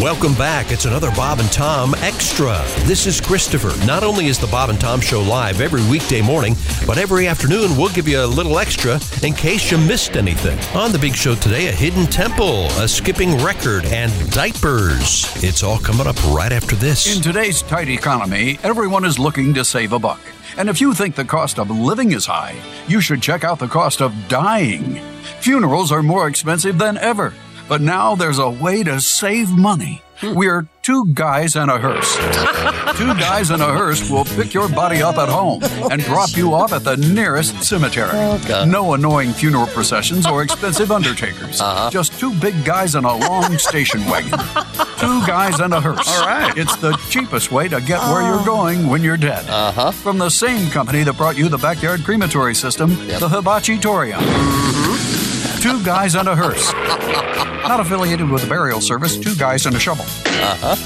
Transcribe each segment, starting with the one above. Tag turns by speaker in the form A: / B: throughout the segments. A: Welcome back. It's another Bob and Tom Extra. This is Christopher. Not only is the Bob and Tom Show live every weekday morning, but every afternoon we'll give you a little extra in case you missed anything. On the big show today, a hidden temple, a skipping record, and diapers. It's all coming up right after this.
B: In today's tight economy, everyone is looking to save a buck. And if you think the cost of living is high, you should check out the cost of dying. Funerals are more expensive than ever, but now there's a way to save money. We're two guys and a hearse. two guys and a hearse will pick your body up at home and drop you off at the nearest cemetery. No annoying funeral processions or expensive undertakers. Just two big guys in a long station wagon. Two guys and a hearse. All right. It's the cheapest way to get where you're going when you're dead. Uh-huh. From the same company that brought you the backyard crematory system, the Hibachi Torium. Two guys and a hearse. Not affiliated with the burial service, two guys and a shovel.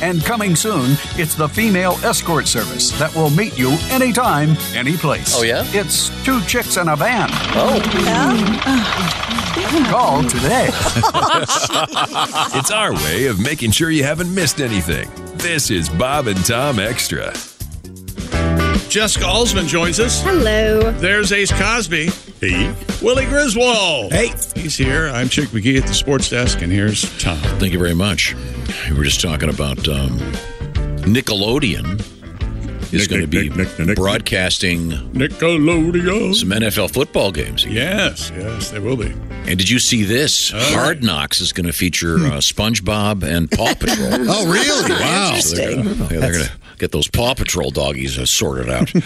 B: And coming soon, it's the female escort service that will meet you anytime, any place.
C: Oh, yeah?
B: It's two chicks and a van.
C: Oh,
B: Call today.
D: It's our way of making sure you haven't missed anything. This is Bob and Tom Extra.
E: Jessica Alsman joins us.
F: Hello.
E: There's Ace Cosby. Hey. Willie Griswold. Hey. He's here. I'm Chick McGee at the sports desk, and here's Tom.
G: Thank you very much. We were just talking about um, Nickelodeon
E: Nick,
G: is going to
E: Nick,
G: be
E: Nick, Nick, Nick, Nick.
G: broadcasting
E: Nickelodeon.
G: some NFL football games.
E: Yes, yes, they will be.
G: And did you see this?
C: Oh.
G: Hard Knocks is going to feature uh, SpongeBob and Paw Patrol.
C: oh really? Wow.
G: So they're gonna- yeah, they're going to get those Paw Patrol doggies uh, sorted out. Tell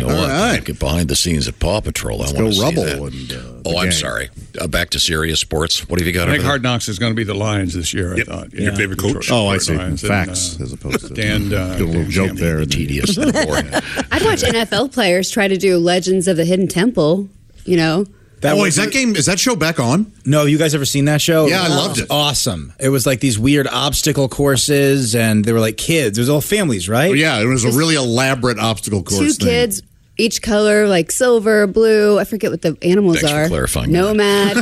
G: you what,
C: right.
G: Get behind the scenes at Paw Patrol. I
C: Go
G: want to
C: rubble
G: See that.
C: and uh,
G: Oh, I'm sorry. Uh, back to serious sports. What have you
E: I
G: got? over
E: think
G: there?
E: Hard Knocks is going to be the Lions this year, I thought.
D: Your favorite coach?
E: Detroit-
C: Oh, I
E: Detroit
C: see.
E: Lions and,
C: Facts
E: uh,
C: as opposed to
E: and, uh,
C: Did a little
E: Dan
C: joke
E: Campbell.
C: there.
G: Tedious. and boring.
F: I'd watch NFL players try to do Legends of the Hidden Temple, you know.
H: That
C: oh,
H: was-
C: is that game? Is that show back on?
H: No, you guys ever seen that show?
C: Yeah, I loved it.
H: Awesome. It was like these weird obstacle courses, and they were like kids. It was all families, right?
C: Oh, yeah, it was a really elaborate obstacle
F: Two
C: course. thing.
F: kids, each color, like silver, blue. I forget what the animals
G: Thanks for
F: are.
G: clarifying that.
F: Nomad.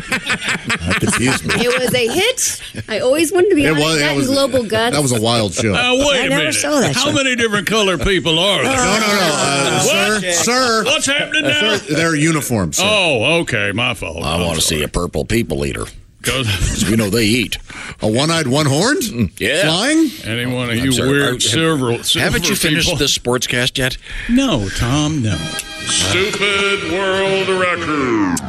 C: That confused me.
F: it was a hit. I always wanted to be on it. That and Global Guts.
C: That was a wild show.
E: Now, wait
I: I
E: a
I: never
E: minute.
I: saw that
E: How
I: show.
E: many different color people are
C: no,
E: there?
C: no, no, uh,
E: What?
C: sir, sir.
E: What's happening now?
C: Sir, Their uniforms. sir.
E: Oh, okay. My fault.
G: I want to see a purple people eater.
E: Because
G: 'Cause We know they eat.
C: A one-eyed, one-horned.
G: yeah.
C: Flying.
E: any one of
G: I'm
E: you
G: sorry, are-
E: weird
G: have-
E: several, several.
G: Haven't you finished
E: people-
G: this sportscast yet?
E: No, Tom, no. Stupid world record.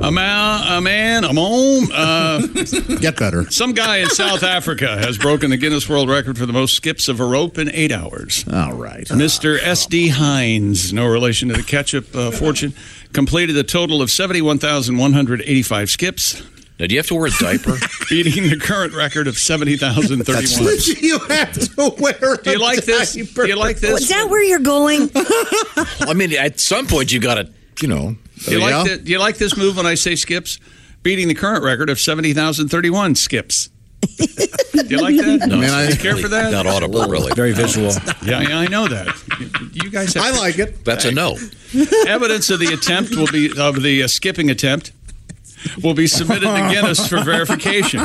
E: A man, a man, a mom. Uh,
C: Get better.
E: some guy in South Africa has broken the Guinness World Record for the most skips of a rope in eight hours.
C: All right.
E: Mr. S.D. Hines, no relation to the ketchup uh, fortune, completed a total of 71,185 skips,
G: Now, do you have to wear a diaper?
E: beating the current record of 70,031.
C: Did you have to wear?
E: Do you like this? Do you like
I: Is
E: this?
I: that where you're going?
G: I mean, at some point you got to, you know.
E: Do you,
C: Yeah.
E: like thi- do you like this move when I say skips? Beating the current record of 70,031 skips. do you like that?
G: No,
C: Man,
G: it's
C: I-
G: not
E: Care for that?
G: Not audible, really.
H: Very visual.
E: Yeah, yeah, I know that. You guys have
C: I like it.
G: That's a no.
E: evidence of the attempt will be of the uh, skipping attempt will be submitted to Guinness for verification.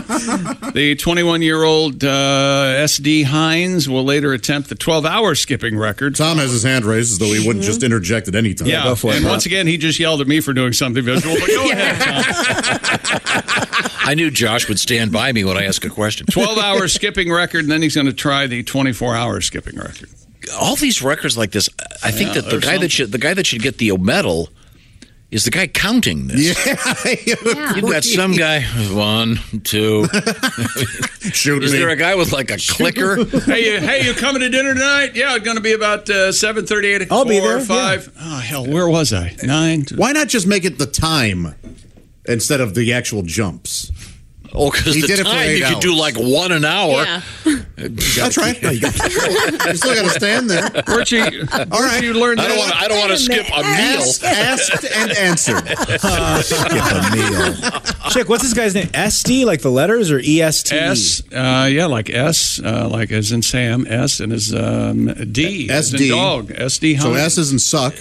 E: The 21-year-old uh, SD Hines will later attempt the 12-hour skipping record.
C: Tom has his hand raised as though he wouldn't
F: Mm-hmm.
C: just interject at any time.
E: yeah, and once again, he just yelled at me for doing something visual. But go ahead, Tom.
G: I knew Josh would stand by me when I asked a question.
E: 12 hour skipping record, and then he's going to try the 24 hour skipping record.
G: All these records like this, I think
E: Yeah,
G: that the
E: there's
G: guy
E: some-
G: that should the guy that should get the medal is the guy counting this.
F: yeah.
G: You've got some guy one, two.
C: Shoot
G: Is
C: me.
G: there a guy with like a clicker?
E: Hey, you, hey, you coming to dinner tonight? Yeah, it's going to be about uh, 7 8
H: I'll be there, yeah.
E: 5. Oh, hell, where was I? 9.
C: Why not just make it the time instead of the actual jumps?
G: Oh, because
C: He
G: the
C: did it for
G: time
C: eight
G: you could do
C: hours.
G: like one an hour.
F: Yeah.
C: That's right. No, you, got you still got to stand there.
E: Richie,
C: All right.
E: you learned
G: I don't want.
E: that.
G: I don't want to skip a meal.
C: Asked, asked and answered.
H: Chick, what's this guy's name? SD, like the letters, or E EST?
E: S, uh, yeah, like S, uh, like as in Sam, S, and as um, D, as in
C: SD.
E: dog, SD
C: So S
E: Hines.
C: isn't suck.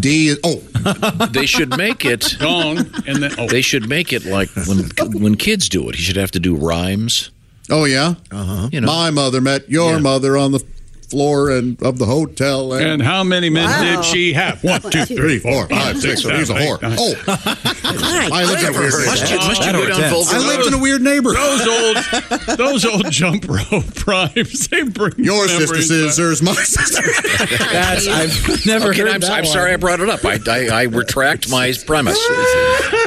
C: D is oh
G: They should make it.
E: dong, and then oh,
G: They should make it like when when kids do it. He should have to do rhymes.
C: oh yeah. Uh-huh.
G: You know.
C: My mother met your mother on the floor and of the hotel
E: and
C: and,
E: how many men
F: Wow.
E: did she have? One, two, three.
C: three, four, five, six. So he's a whore. Oh, I lived in a weird neighborhood.
G: must you go down
C: I lived in a weird neighborhood.
E: Those old, those old jump rope primes. They bring
C: Your sister
E: memories back.
C: scissors, my sister.
H: That's, I've never
G: Okay,
H: heard
G: I'm,
H: that
G: I'm
H: one.
G: sorry I brought it up. I, I, I retract my premise.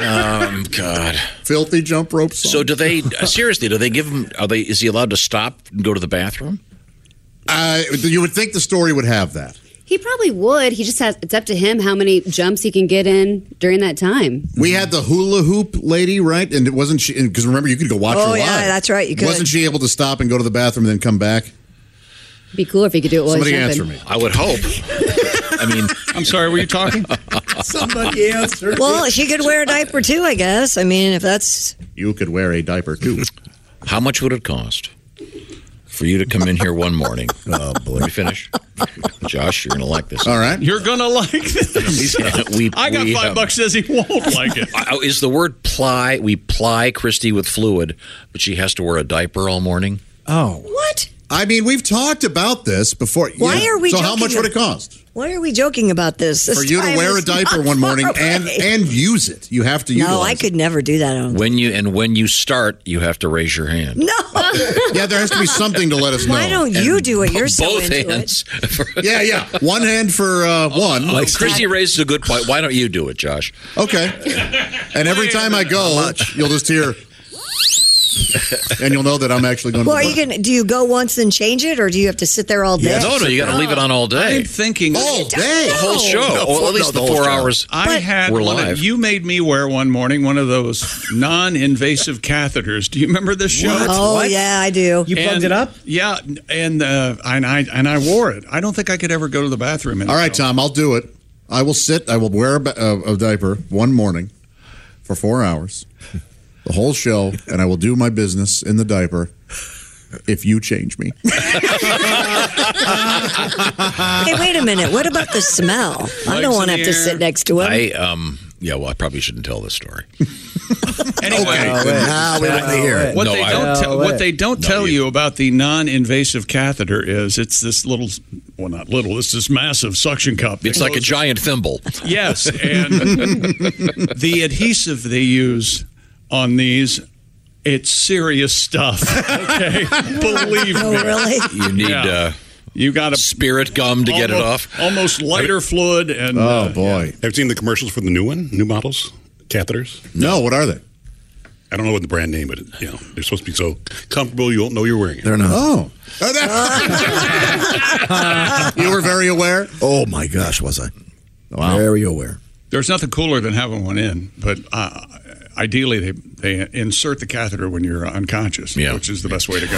G: Um, God.
C: Filthy jump rope. Song.
G: So do they? uh, seriously, do they give him? Are they? Is he allowed to stop and go to the bathroom?
C: uh, you would think the story would have that.
F: He probably would. He just has. It's up to him how many jumps he can get in during that time.
C: We had the hula hoop lady, right? And it wasn't she because remember you could go watch
I: Oh,
C: her live.
I: yeah, that's right, you could.
C: Wasn't she able to stop and go to the bathroom and then come back?
F: Be cool if he could do it while
C: Somebody
F: he's jumping.
C: answer me.
G: I would hope. I mean,
E: I'm sorry, were you talking?
H: Somebody answer.
I: Well, she could wear a diaper too, I guess. I mean, if that's
C: You could wear a diaper too.
G: how much would it cost for you to come in here one morning? Oh boy! Let me finish. Josh, you're gonna like this.
C: All right.
E: You're gonna like this.
G: we,
E: I got
G: we,
E: five
G: um,
E: bucks. Says he won't like it.
G: uh, Is the word ply? We ply Christy with fluid, but she has to wear a diaper all morning.
H: Oh,
I: what?
C: I mean, we've talked about this before.
I: Why are we
C: So how
I: joking
C: much would it
I: about-
C: cost
I: Why are we joking about this? This
C: for you to
I: time
C: wear a
I: is
C: diaper
I: not
C: one morning
I: far
C: and
I: away.
C: and use it? You have to use.
I: no, I could never do that. I don't.
G: When you and when you start, you have to raise your hand.
I: No,
C: Yeah, there has to be something to let us know.
I: why don't
C: And-
I: you do it? You're so
G: Both
I: into
G: hands.
C: Yeah, yeah. One hand for uh, one.
G: Like Christy raised a good point. Why don't you do it, Josh?
C: Okay. And every time I go, you'll just hear, and you'll know that I'm actually going.
I: it. Well, are
C: to
I: you gonna? Do you go once and change it, or do you have to sit there all day?
G: No, no, you got to leave it on all day.
E: I'm thinking.
C: Oh, dang.
G: The whole show,
C: No,
G: or at least
C: no,
G: the
C: whole
G: four
C: show.
G: hours.
E: I had
G: we're
E: one
G: live.
E: Of, you made me wear one morning one of those non-invasive catheters. Do you remember this show?
I: Oh yeah, I do.
H: you plugged
E: And-
H: it up?
E: Yeah, and uh, and I and I wore it. I don't think I could ever go to the bathroom. In
C: All
E: it,
C: right,
E: though.
C: Tom, I'll do it. I will sit. I will wear a, ba- a, a diaper one morning for four hours, the whole show, and I will do my business in the diaper. If you change me,
I: Hey, wait a minute. What about the smell? I
E: Legs
I: don't want
E: in the
I: to have to
E: air.
I: sit next to him.
G: I um. Yeah, well, I probably shouldn't tell this story.
E: Anyway,
C: now we want to hear it.
E: what,
G: No,
E: they
G: I-
E: don't tell
H: No,
E: what
H: wait.
E: they don't tell you. about the non-invasive catheter is it's this little, well, not little. It's this massive suction cup. that
G: It's like a
E: goes-
G: giant thimble.
E: Yes, and the adhesive they use on these, it's serious stuff. Okay, believe
I: oh,
E: me.
I: really?
G: You need
E: Yeah.
G: uh,
E: You got to
G: spirit gum to get it off.
E: Almost lighter fluid and uh,
C: Oh boy!
J: Have you seen the commercials for the new one, new models, catheters?
C: No, what are they?
J: I don't know what the brand name, but you know they're supposed to be so comfortable you won't know you're wearing it.
C: They're not. Oh, Are they- you were very aware.
K: Oh my gosh, was I? Very aware.
E: There's nothing cooler than having one in, but uh, ideally they, they insert the catheter when you're unconscious,
G: Yeah.
E: which is the best way to go.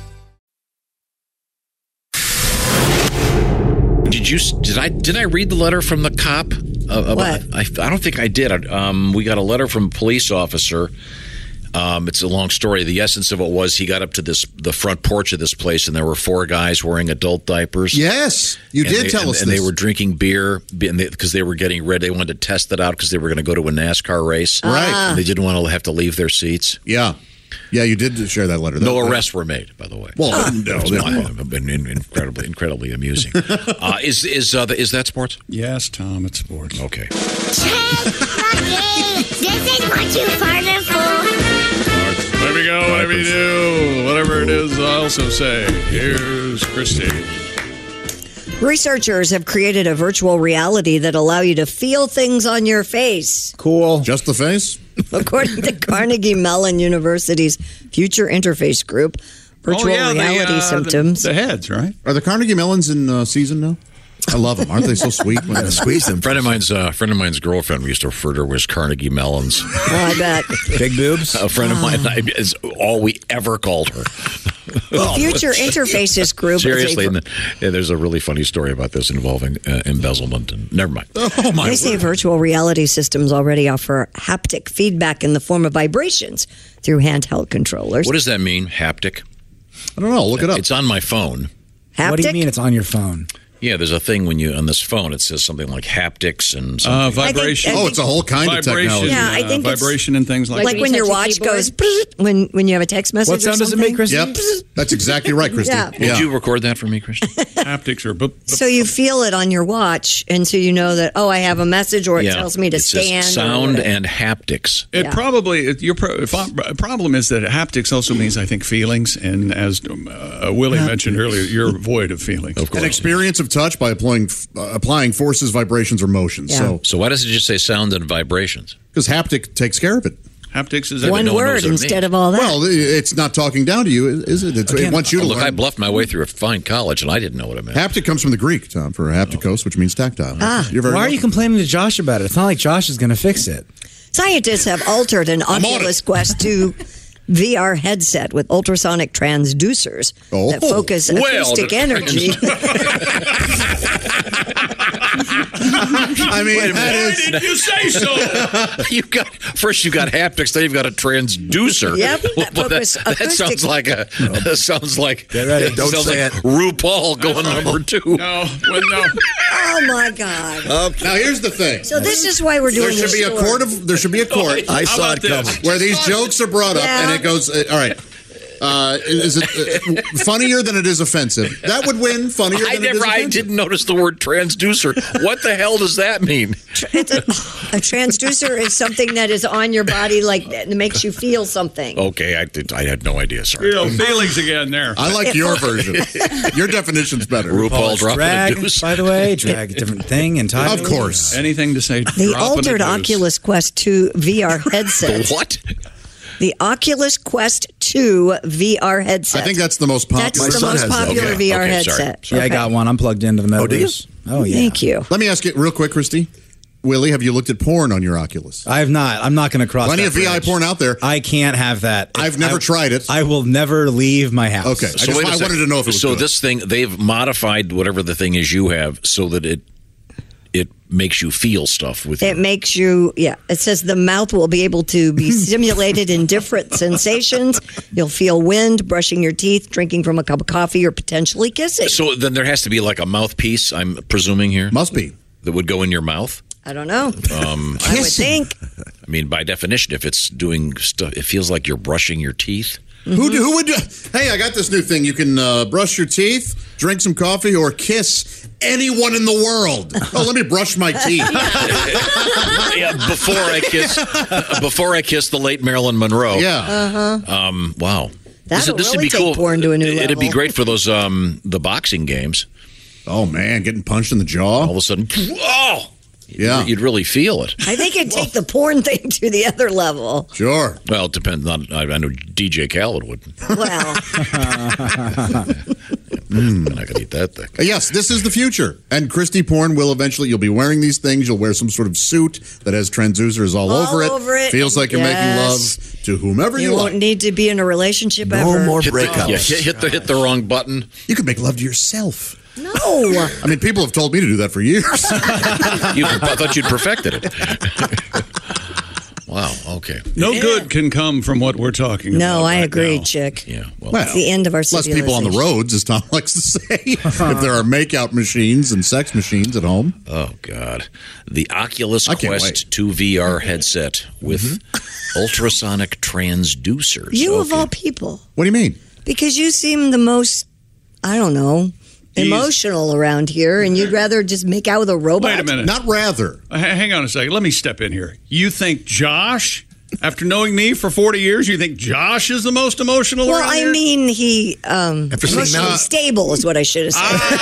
G: Did you? Did I? Did I read the letter from the cop? Uh,
I: What?
G: I, I don't think I did. Um, we got a letter from a police officer. Um, it's a long story. The essence of it was he got up to this the front porch of this place, and there were four guys wearing adult diapers.
C: Yes, you
G: And
C: did
G: they-
C: tell
G: and,
C: us
G: and
C: this.
G: they were drinking beer because they, were getting red. They wanted to test it out because they were going to go to a NASCAR race.
C: Right. Ah.
G: They didn't want to have to leave their seats.
C: yeah. Yeah, you did share that letter.
G: No
C: That-
G: arrests were made, by the way.
C: Well, no,
G: It's
C: they-
G: not- been in- incredibly, incredibly amusing. Uh, is is uh, the, is that sports?
E: Yes, Tom, it's sports.
G: Okay.
L: this is what you farted for.
E: There we go. Whatever you do, whatever it is, I also say. Here's Christy.
I: Researchers have created a virtual reality that allow you to feel things on your face.
C: Cool. Just the face?
I: According to Carnegie Mellon University's Future Interface Group,
E: Oh,
H: Oh,
I: virtual reality
H: uh,
I: symptoms.
C: The,
E: uh, heads, right?
C: Are the Carnegie Mellons in uh, season now? I love them. Aren't they so sweet? When
G: Friend of mine's uh, friend of mine's girlfriend. We used to refer to her as Carnegie Mellons.
I: Oh, I bet.
G: Big boobs. A friend of mine I, is all we ever called her.
I: The Future Interfaces Group is a-
G: Seriously, and yeah, there's a really funny story about this involving uh, embezzlement. And never mind. Oh
I: they say virtual reality systems already offer haptic feedback in the form of vibrations through handheld controllers.
G: What does that mean? Haptic.
C: I don't know. Look it up.
G: It's on my phone.
H: What do you mean it's on your phone?
G: Yeah, there's a thing when you on this phone. It says something like haptics and
I: Oh,
G: something.
E: Uh, vibration. vibration,
I: Yeah, I
E: uh,
I: think it's-
E: vibration and things like,
I: Like,
E: that.
I: when your watch goes "Pssst," when when you have a text message. or something.
C: Yep. That's exactly right, Christy.
I: Yeah.
G: Would you record that for me, Christy?
E: Haptics are.
I: So you feel it on your watch, and so you know that oh, I have a message, or it tells me to
G: It says
I: stand. or
G: Sound
I: whatever.
G: and haptics.
E: It probably it, your pro, if I'm- problem is that haptics also means I think feelings, and as um, uh, Willie mentioned earlier, you're void of feelings. Of
C: An experience of touch by applying uh, applying forces, vibrations, or motions. So,
G: so why does it just say sound and vibrations?
C: because haptic takes care of it.
E: Haptics is
G: One No one knows word what it instead means. of all that.
C: Well, it's not talking down to you, is it? It's, it wants you to
G: Oh, look.
C: learn.
G: I bluffed my way through a fine college, and I didn't know what it meant.
C: Haptic comes from the Greek, Tom, for haptikos, which means tactile. You're very
H: Ah, Why are you complaining to Josh about it? It's not like Josh is going to fix it.
I: Scientists have altered an Oculus Quest 2 VR headset with ultrasonic transducers
C: Oh,
I: that focus acoustic energy.
C: I mean, that is-
G: did you say so? you got first, you got haptics, then you've got a transducer.
I: Yep, that
G: Well, that,
I: focus
G: that
I: acoustic-
G: sounds like a that sounds like
K: ready. Don't
G: sounds
K: say
G: like RuPaul going number two.
E: No, no.
I: oh my God!
C: Now here's the thing.
I: So this is why we're doing
C: There should
I: this
C: be a
I: story.
C: court of. There should be a court.
I: I How saw it about this?
K: coming.
C: Where these jokes are brought up, and it goes. uh, all right. Uh, is it uh, funnier than it is offensive? That would win. Funnier.
G: I
C: than It is
G: never, I
C: offensive.
G: didn't notice the word transducer. What the hell does that mean?
I: A transducer is something that is on your body, like that makes you feel something.
C: Oh,
G: Okay, I did, I had no idea. Sorry.
E: Real feelings again there.
C: I like your version. Your definition's better. RuPaul
H: drag, by the way, drag a different thing entirely.
I: Of course.
E: anything to say.
I: The altered Oculus Quest 2 VR headset.
G: The what?
I: The Oculus Quest 2 VR headset.
C: I think that's the most popular.
I: That's the most popular VR headset.
H: Yeah, I got one. I'm plugged into the metaverse.
C: Oh, do you?
H: Oh, yeah.
I: Thank you.
C: Let me ask you real quick, Christy. Willie, have you looked at porn on your Oculus?
H: I have not. I'm not going to cross.
C: Plenty
H: that
C: of VI
H: bridge.
C: porn out there.
H: I can't have that.
C: I've never
H: I-
C: tried it.
H: I will never leave my house.
C: Okay, I, just,
G: wait a
C: I
G: sec.
C: wanted to know if it was
G: So
C: good.
G: this thing, they've modified whatever the thing is you have, so that it it makes you feel stuff with
I: It makes you, yeah. It says the mouth will be able to be stimulated in different sensations. You'll feel wind, brushing your teeth, drinking from a cup of coffee, or potentially kissing.
G: So then there has to be like a mouthpiece. I'm presuming here
C: must be
G: that would go in your mouth.
I: I don't know.
G: Um,
I: I would think.
G: I mean, by definition, if it's doing stuff, it feels like you're brushing your teeth.
C: Who,
I: Mm-hmm.
C: do- who would? do- Hey, I got this new thing. You can uh, brush your teeth, drink some coffee, or kiss anyone in the world. Oh, let me brush my teeth.
G: yeah, before I kiss, before I kiss the late Marilyn Monroe.
I: Uh huh.
G: Um, wow.
I: That'll really take porn to a new
G: It'd be
I: level.
G: great for those um, the boxing games.
C: Oh man, getting punched in the jaw. All
G: of a sudden, oh
C: yeah,
G: you'd really feel it.
I: I think it'd take the porn thing to the other level.
C: Sure.
G: Well, it depends. On, I, I know DJ Khaled would.
I: Well,
G: And I could eat that thing.
C: Uh, Yes, this is the future. And Christy Porn will eventually, you'll be wearing these things. You'll wear some sort of suit that has transducers all,
I: All
C: over, it.
I: over it.
C: Feels like you're making
I: Yes.
C: love to whomever you,
I: you won't
C: like.
I: need to be in a relationship ever.
G: Hit the- yeah, hit, hit the hit the wrong button.
C: You could make love to yourself.
I: No.
C: I mean, people have told me to do that for years.
G: You, I thought you'd perfected it. wow. Okay.
E: No good can come from what we're talking about.
I: No, I agree, Chick. Yeah,
C: well-
I: it's the end of our
C: Less people on the
I: civilization.
C: roads, as Tom likes to say.
E: Uh-huh.
C: if there are makeout machines and sex machines at home,
G: Oh God, the Oculus Quest 2 VR headset with
E: Mm-hmm.
G: ultrasonic transducers.
I: You of all people,
C: what do you mean?
I: because you seem the most, I don't know, emotional around here, and you'd rather just make out with a robot.
E: Wait a minute. Uh, h- Hang on a second. Let me step in here. You think Josh, after knowing me for 40 years, you think Josh is the most emotional
I: Well,
E: around
I: I
E: here?
I: mean, he um,
E: After seeing
I: emotionally
E: that- Ah,
I: stable is what I should have said.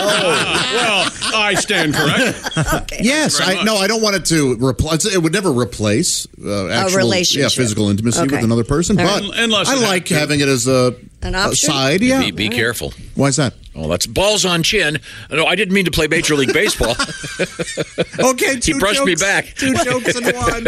E: Oh, well, I stand correct.
C: yes, I no, I don't want it to replace. It would never replace uh, actual, yeah,
I: relationship.
C: physical intimacy
I: Okay.
C: with another person.
I: All
C: But
I: right. Unless
C: I
I: it
C: like
I: had-
C: having it as a,
I: An
C: a
I: option?
C: side. Yeah,
G: Be, be careful.
C: Why is that?
G: Oh, that's balls on chin. No, I didn't mean to play Major League Baseball.
C: okay,
G: he brushed me back.
L: Two jokes in one.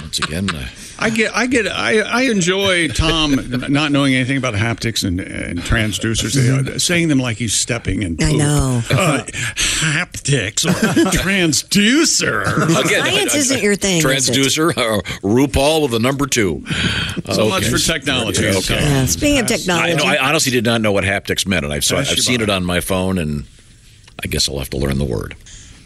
G: Once again, uh,
E: I get, I get, I, I enjoy Tom not knowing anything about haptics and, and transducers, They are saying them like he's stepping in.
I: I
E: poop.
I: know.
E: Uh, haptics or transducer.
G: again,
I: Science isn't your thing, is it?
G: Transducer, uh, RuPaul with the number two.
E: So much for technology.
G: Yeah,
I: Yeah, Speaking of
G: I,
I: technology,
G: know, I honestly did not know what haptics meant, and I've, so, I've
I: Pass you
G: seen it on my phone, and I guess I'll have to learn the word.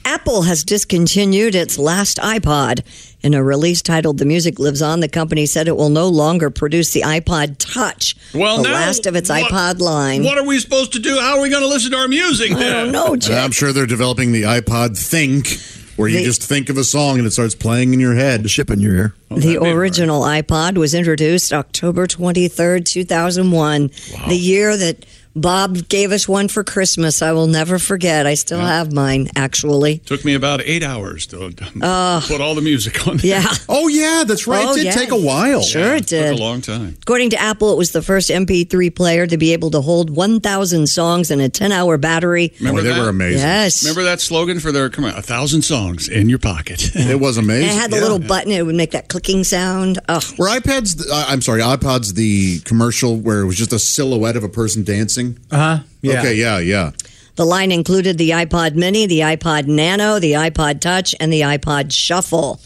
I: Apple has discontinued its last iPod. In a release titled The Music Lives On, the company said it will no longer produce the iPod Touch,
E: Well,
I: the
E: now
I: last of its
E: what-
I: iPod line.
E: What are we supposed to do? How are we going to listen to our music? Then?
I: I don't know,
C: And Uh, I'm sure they're developing the iPod Think, where you
I: They-
C: just think of a song and it starts playing in your head,
K: chip in your ear.
I: the original iPod was introduced October 23rd, 2001, the year that Bob gave us one for Christmas. I will never forget. I still have mine, actually.
E: Took me about eight hours to
I: Uh,
E: put all the music on.
I: Yeah.
C: Oh, yeah, that's
I: right. It Oh, did yeah. take a while. Sure it did.
E: Took a long time.
I: According to Apple, it was the first MP3 player to be able to hold 1,000 songs in a 10 hour battery.
E: Remember that?
I: Yes.
E: Remember that slogan for their come on, a thousand songs in your pocket.
C: It was amazing.
I: And it had the little button, it would make that clicking sound. Ugh.
C: Were iPads? the- I- I'm sorry, iPods. The commercial where it was just a silhouette of a person dancing.
H: Uh huh.
I: Yeah.
C: Okay. Yeah. Yeah.
I: The line included the iPod Mini, the iPod Nano, the iPod Touch, and the iPod Shuffle.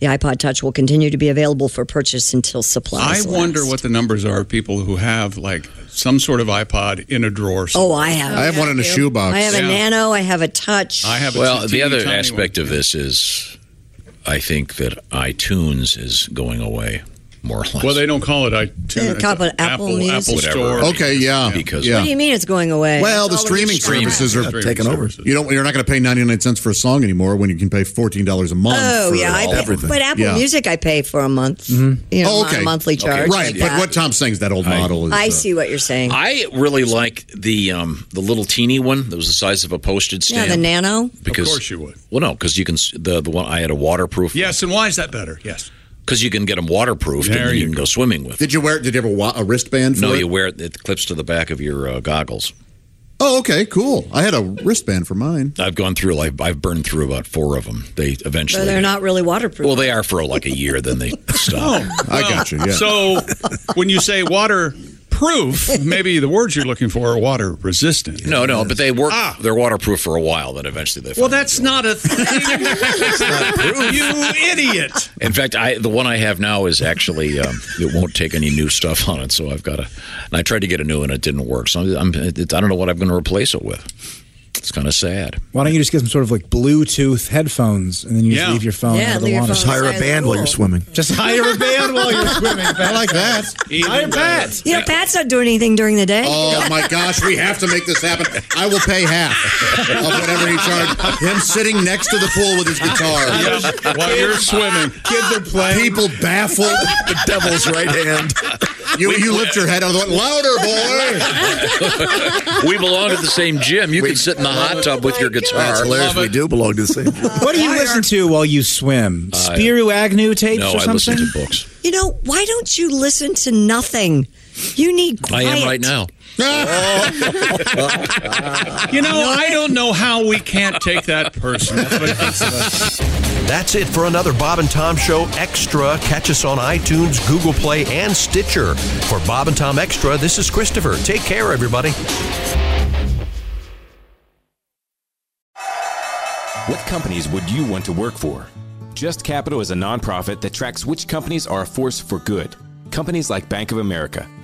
I: The iPod Touch will continue to be available for purchase until
E: I
I: supplies. last.
E: wonder what the numbers are of people who have like some sort of iPod in a drawer.
I: Oh, I have.
C: I have one in a shoebox.
I: I have a
E: Yeah.
I: Nano. I have a Touch.
E: I have. a
G: Well, the
E: teeny
G: other
E: tiny
G: aspect of this is, I think that iTunes is going away more or less.
E: Well, they don't call it
I: Yeah,
E: iTunes.
I: call it Apple
E: Apple,
I: Music.
E: Apple
G: Whatever.
E: Store.
C: Okay. Yeah.
G: Because
I: What do you mean it's going away?
C: Well, the
I: It's all over
C: streaming
I: internet.
C: services are
K: Yeah, taking over.
C: You don't. You're not going to pay 99 cents for a song anymore when you can pay 14 dollars a month.
I: Oh
C: um, for
I: yeah, I pay,
C: everything.
I: but Apple
C: Yeah.
I: Music I pay for a month. You know,
C: Oh,
I: on
C: okay.
I: a monthly charge.
C: Right.
I: like
C: but
I: that.
C: what Tom's saying is that old model is.
I: I
C: uh,
I: see what you're saying.
G: I really like the um, the little teeny one that was the size of a postage
I: yeah,
G: stamp.
I: the Nano.
G: Because,
E: Of course you would.
G: Well, no, because you can s- the the one I had a waterproof
E: Yes, and why is that better? Yes.
G: because you can get them waterproofed
E: There
G: and then you
E: you
G: can go swimming with.
C: Did you wear? Did you have a, wa- a wristband? For
G: No,
C: it?
G: you wear it. It clips to the back of your uh, goggles.
C: Oh, okay, cool. I had a wristband for mine.
G: I've gone through. I've, I've burned through about four of them. They eventually.
I: But they're not really waterproof.
G: Well, they are for like a year. Then they stop.
C: I got you. Yeah.
E: So when you say waterproof, maybe the words you're looking for are water resistant.
G: No, no, but they work. They're waterproof for a while. Then eventually they.
E: Ah. Well, that's not a thing. you idiot.
G: In fact, I the one I have now is actually um, it won't take any new stuff on it, so I've got to. And I tried to get a new one, it didn't work. So I'm, I'm it, I don't know what I'm going to replace it with. It's kind of sad.
H: Why don't you just get some sort of like Bluetooth headphones and then you just
G: Yeah.
H: leave your phone?
G: Yeah,
H: out of the
G: leave your
H: water.
G: phone Just hire a outside the band while you're pool.
K: swimming.
H: Just hire a band while you're swimming. I like that.
I: Hire
H: Pat.
I: You know, Pat's not doing anything during the day.
C: Oh my gosh, we have to make this happen. I will pay half of whatever he charged. Him sitting next to the pool with his guitar.
E: Yeah, while you're swimming.
C: Kids are playing. People baffled. The
K: devil's right hand.
C: You, you lift your head out of the water.
G: we belong at the same gym. You can sit in the hot tub with your guitar.
H: uh,
K: That's hilarious. We do belong to the same.
H: What do you listen to while you swim?
E: Uh,
H: Spiru Agnew tapes
G: No,
H: or
G: I listen
H: something?
G: to books.
I: You know, why don't you listen to nothing? You need
G: I
I: quiet.
G: am right now.
E: You know, I don't know how we can't take that personal.
A: That's it for another Bob and Tom Show Extra. Catch us on iTunes, Google Play, and Stitcher. For Bob and Tom Extra, this is Christopher. Take care, everybody.
E: companies would you want to work for? Just Capital is a nonprofit that tracks which companies are a force for good. Companies like Bank of America,